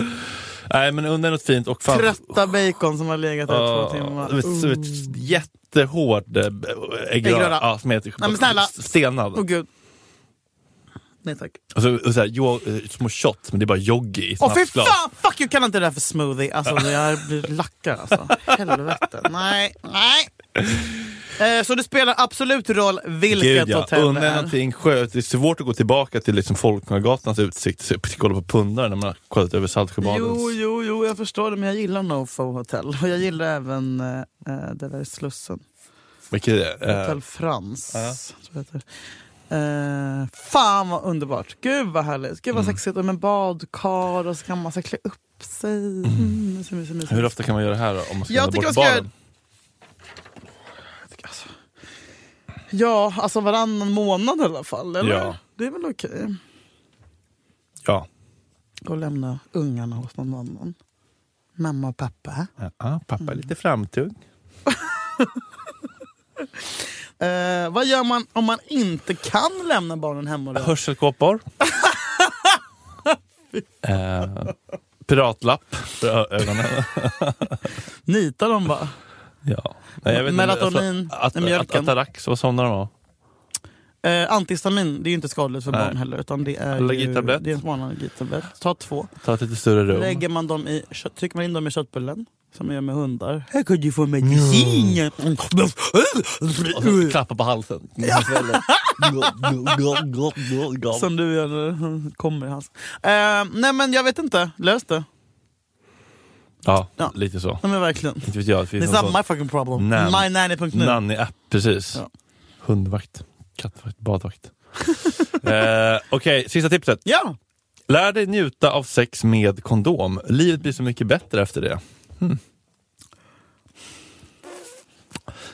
C: Nej men undra något fint och fan...
B: Trötta bacon som har legat där i
C: Ja,
B: två timmar.
C: vet, så vet, jättehård eh, äggröra.
B: Äggröra.
C: Ja, som heter
B: Nej, men snälla.
C: stenad.
B: Åh gud. Nej tack.
C: Och så, och så här, jo, eh, små shots, men det är bara joggi i
B: Åh fy
C: snapsglas.
B: fan! Fuck you kallar inte det där för smoothie. Alltså jag blir lackad alltså. Helvete. Nej, nej. Eh, så det spelar absolut roll vilket
C: Gud ja,
B: hotell det
C: undra
B: är.
C: någonting skönt. Det är svårt att gå tillbaka till liksom Folkungagatans utsikt och se- kolla på pundare när man har kollat över Saltsjöbadens...
B: Jo, jo, jo, jag förstår det. Men jag gillar Nofo Hotel. Och jag gillar även eh, eh, det där i Slussen.
C: Vilket är det? Eh,
B: Hotel Frans. tror jag heter. Eh, fan vad underbart. Gud vad härligt. Gud vad
C: Mm.
B: sexigt. Och med badkar och så kan man så klä upp sig. Mm. mysigt, mysigt, mysigt.
C: hur ofta kan man göra det här då, om man ska
B: Jag
C: lämna
B: tycker
C: bort
B: man ska göra-
C: barnen?
B: Alltså. Ja, alltså varannan månad i alla fall. Eller?
C: Ja.
B: Det är väl okej.
C: Ja.
B: Och lämna ungarna hos någon annan. Mamma och pappa.
C: Ja, ah, pappa är lite framtung.
B: Eh, vad gör man om man inte kan lämna barnen hemma? Då?
C: Hörselkåpor. eh, piratlapp för ö- ögonen.
B: Nitar de bara?
C: ja. Nej, jag vet inte,
B: Melatonin
C: alltså,
B: i
C: at, at,
B: mjölken.
C: Atarax, vad somnar de av?
B: Eh, antihistamin, det är ju inte skadligt för
C: Nej.
B: barn heller. Utan det är
C: Allergitablett.
B: Ju, det är en smal allergitablett. Ta två.
C: Ta ett lite större rum.
B: Lägger man dem i, kö- trycker man in dem i köttbullen, som man gör med hundar. Här kan du
C: Mm.
B: få medicin!
C: Och så klappa på halsen.
B: Som du gör när det kommer i hans. Eh, nej men jag vet inte, lös det.
C: ja,
B: Ja.
C: lite så.
B: Nej men verkligen.
C: Inte vet jag. Det
B: Det
C: finns
B: är
C: någon
B: not
C: sån-
B: my fucking problem.
C: Nan-
B: Mynanny.nu.
C: Nanny-app, precis.
B: Ja.
C: Hundvakt, kattvakt, badvakt. eh, Okej, sista tipset.
B: Ja!
C: Lär dig njuta av sex med kondom. Livet blir så mycket bättre efter det. Hmm.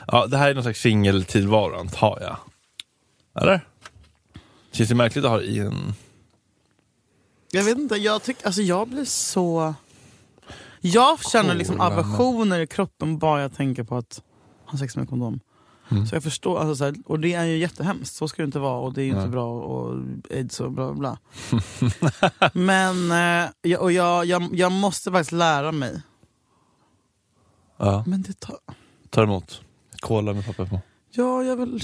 C: Ja, det här är någon slags singeltillvaro antar jag. Eller? Känns det märkligt att ha det i en...
B: Jag vet inte, jag tycker, alltså jag blir så... Jag känner liksom
C: Kolan.
B: aversioner i kroppen bara jag tänker på att ha sex med kondom.
C: Mm.
B: Så jag förstår, alltså, så här, och det är ju jättehemskt, så ska det inte vara och det är ju inte bra och aids och bla bla. bla. Men eh, jag, och jag, jag, jag måste faktiskt lära mig.
C: Ja.
B: Men det tar...
C: Tar emot. Kola med papper på.
B: Ja, jag vill...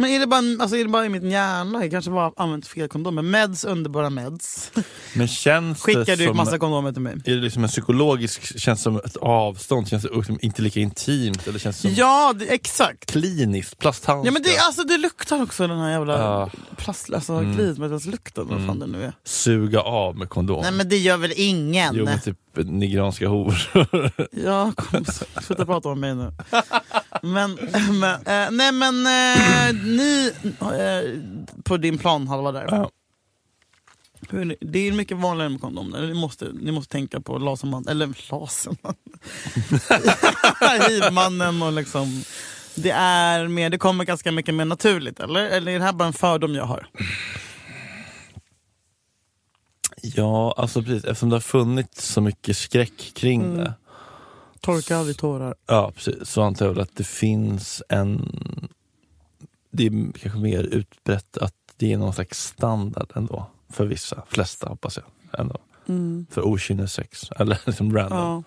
B: Men är det, bara, alltså, är det bara i min hjärna? Jag kanske bara använt fel kondomer. Meds, underbara meds.
C: Men känns
B: Skickar
C: det
B: du
C: som...
B: massa kondomer till mig?
C: Är det liksom en psykologisk, känns som ett avstånd, känns det liksom inte lika intimt eller känns det som
B: Ja, det, exakt.
C: kliniskt, plasthandskar?
B: Ja men det, alltså, det luktar också den här jävla
C: Ja. Mm.
B: plast, alltså, glidmedelslukten, vad fan det nu är.
C: Suga av med kondom?
B: Nej men det gör väl ingen?
C: Jo men typ nigerianska horor.
B: Ja, kom, sluta prata om mig nu. Men, men, eh, nej men eh, ni eh, på din planhalva där.
C: Ja.
B: Hur, är det- det är mycket vanligare med kondomer. Ni måste, ni måste tänka på laserman, eller laserman. Hivmannen och liksom. Det, är mer, det kommer ganska mycket mer naturligt, eller? Eller är det här bara en fördom jag har?
C: ja, alltså precis, eftersom det har funnits så mycket skräck kring
B: Mm.
C: det.
B: Torka vi tårar.
C: Ja, precis, så antar jag väl att det finns en... Det är kanske mer utbrett att det är någon slags standard ändå. För vissa, flesta hoppas jag. Ändå. För okynnessex, eller liksom random.
B: Mm.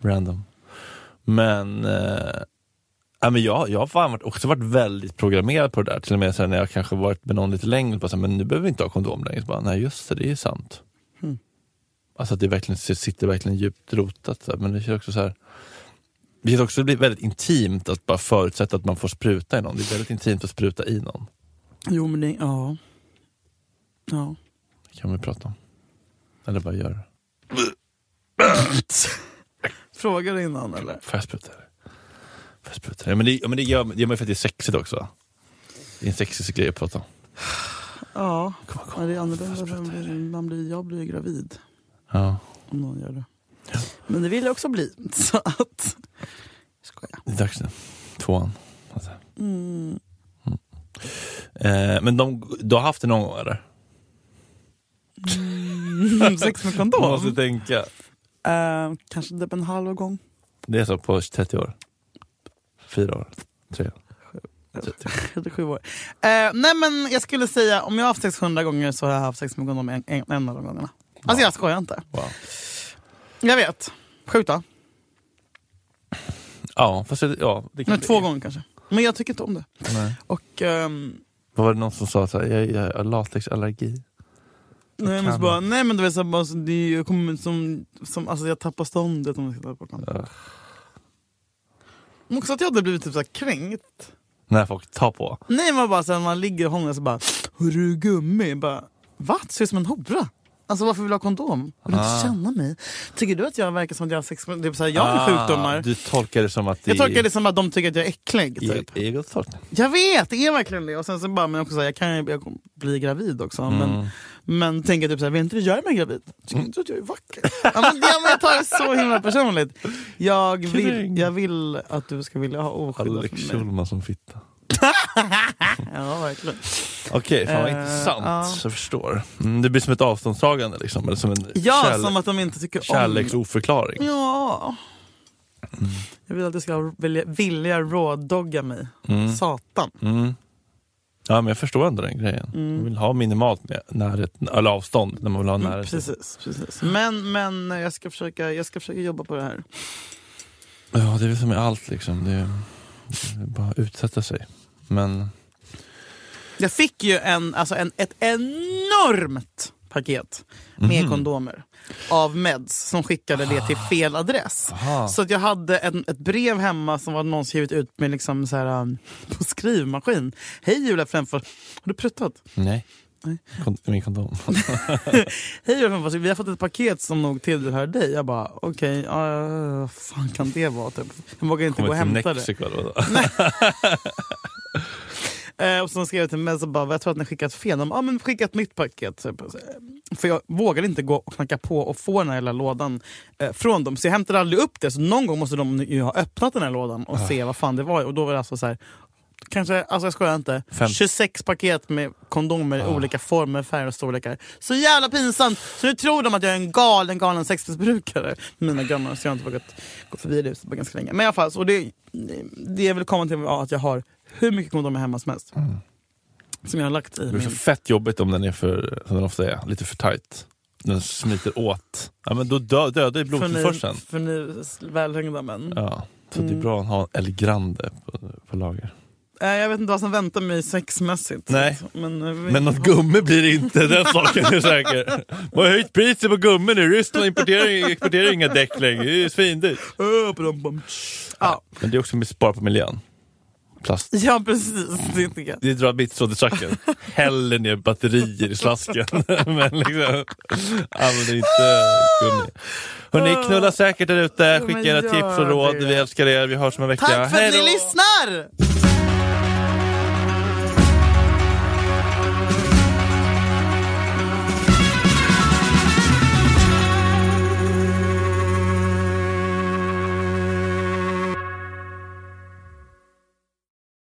B: Ja.
C: random. Men, eh, ja, men jag, jag har fan varit, också varit väldigt programmerad på det där. Till och med sen när jag kanske varit med någon lite längre, bara så här, men nu behöver vi inte ha kondom längre. Så bara, nej just det, det är ju sant. Alltså att det verkligen det sitter verkligen djupt rotat. Så här. Men det känns också så här, vilket också blir väldigt intimt att bara förutsätta att man får spruta i någon. Det är väldigt intimt att spruta i någon.
B: Jo men det, ja. Ja.
C: Det kan vi prata om. Eller bara göra det.
B: Frågar innan eller?
C: Får jag spruta? eller? Får jag spruta? Ja, men det, ja, men det gör, det gör mig för att det är sexigt också. Det är en sexig grej att prata om.
B: Ja.
C: Kom, kom.
B: Ja, det är annorlunda. Man blir, man blir, jag blir gravid
C: Ja.
B: om någon gör det. Men det vill jag också bli. Så att... Skojar.
C: Det är dags nu. Tvåan. Alltså. Mm. Eh, men de, du har haft det någon gång eller?
B: Mm, Sex med
C: Du
B: kondom?
C: måste tänka.
B: Eh, kanske typ en halv gång.
C: Det är så på 30 år? Fyra år? Tre?
B: Eller sju år. Eh, nej men jag skulle säga om jag har haft sex hundra gånger så har jag haft sex med kondom en, en, en av de gångerna. Alltså jag skojar inte.
C: Wow.
B: Jag vet. Sjukt va?
C: Ja, fast det, ja, det
B: Men
C: kanske
B: två
C: är.
B: gånger kanske. Men jag tycker inte om det.
C: Nej.
B: Och ehm,
C: Vad var det någon som sa att jag, jag har latexallergi?
B: nej, men så
C: Kan.
B: bara, nej men du vet så här, bara, så det är ju- jag kommer som, som, alltså jag tappar ståndet om jag ska ta bort kondom.
C: Ja.
B: Men också att jag hade blivit typ så här kränkt.
C: När folk tar på.
B: Nej man bara sen man ligger och hånglar så bara Hörru gummi, bara va? Ser ut som en hora? Alltså varför vill du ha kondom? Vill du
C: Ah.
B: inte känna mig? Tycker du att jag verkar som att jag har sex med... Det är så här, jag har sjukdomar.
C: Ah, Du tolkar det som att det
B: Ah. Jag tolkar det som att de tycker att jag är äcklig.
C: är
B: Typ.
C: egotolkning.
B: Jag vet, det är verkligen det. Och sen så bara, men också så här, jag kan ju jag kommer bli gravid också.
C: Mm.
B: Men, men tänker typ såhär, vill inte du göra mig gravid? Tycker inte du att jag är vacker? ja, men, ja, men jag tar det så himla personligt. Jag vill,
C: Kring.
B: jag vill att du ska vilja ha oskyddat
C: Alex
B: mig.
C: Schulman som fitta.
B: Ja, verkligen.
C: Okej, fan vad
B: Eh,
C: intressant.
B: ja.
C: Jag förstår. Mm, det blir som ett avståndstagande liksom. Eller som en
B: Ja,
C: kärle-
B: som att de inte tycker om
C: kärleksoförklaring.
B: Ja. Jag vill att du ska vilja, vilja rådogga mig. Satan.
C: Mm. Ja, men jag förstår ändå den grejen. Man vill ha minimalt med närhet, eller avstånd när man vill ha
B: Mm,
C: närhet.
B: precis, precis. Men, men jag, ska försöka, jag ska försöka jobba på det här.
C: Ja, det är väl som med allt liksom. Det är, det är bara att utsätta sig. Men
B: Jag fick ju en, alltså en, ett enormt paket med
C: Mhm.
B: kondomer av Meds som skickade det till
C: Ah.
B: fel adress. Så att jag hade en, ett brev hemma som var någon skrivit ut med liksom så här, um, på skrivmaskin. Hej Julia Fränfors, har du pruttat?
C: nej. Kon- min kondom.
B: Hej Ulf Lundfors, vi har fått ett paket som nog tillhör dig. Jag bara okej, ja, ja, ja, vad fan kan det vara? Typ. Jag vågar inte gå och
C: Kommer till
B: hämta det.
C: Mexiko eller vadå?
B: Eh, och sen skrev jag till mig så bara, jag tror att ni skickat fel. De bara, ah, men skicka ett nytt paket. Typ. För jag vågade inte gå och knacka på och få den här lilla lådan eh, från dem. Så jag hämtade aldrig upp det. Så någon gång måste de ju ha öppnat den här lådan och se vad fan det var. Och då var det alltså så här kanske, alltså jag skojar inte,
C: Fem. Ah.
B: 26 paket med kondomer i olika former, färger och storlekar. Så jävla pinsamt! Så nu tror de att jag är en galen, galen sexmissbrukare. Mina grannar, så jag har inte vågat gå förbi det huset på ganska länge. Men i alla fall, så det, det jag vill komma till var att jag har hur mycket kondomer hemma som helst. Som jag har lagt i
C: Det blir
B: min...
C: Mm. så fett jobbigt om den är för, som den ofta är, lite för tight. Den smiter åt. Ja, men då dö, dödar ju blodtillförseln.
B: För ni, för ni välhängda män.
C: Ja, så det är bra att ha en El Grande på, på lager.
B: Eh, Jag vet inte vad som väntar mig sexmässigt.
C: Nej.
B: Men, eh, vi-
C: Men något gummi blir det inte, den saken är säker. Man har höjt priset på gummi nu. Ryssland importerar, exporterar inga däck längre. Det är ju svindyrt.
B: Ö, brum, brum. Ja,
C: Men det är också med spara på miljön. Plast.
B: ja, precis. Det är inte
C: Det drar mittstråt i tracken. Häller ner batterier i slasken. Men liksom, använder inte gummi. Hörni, knulla säkert där ute. Skicka
B: men
C: era
B: gör
C: tips och råd.
B: det.
C: Vi älskar er. Vi hörs om en vecka.
B: Tack för att
C: Hej
B: ni
C: då!
B: lyssnar!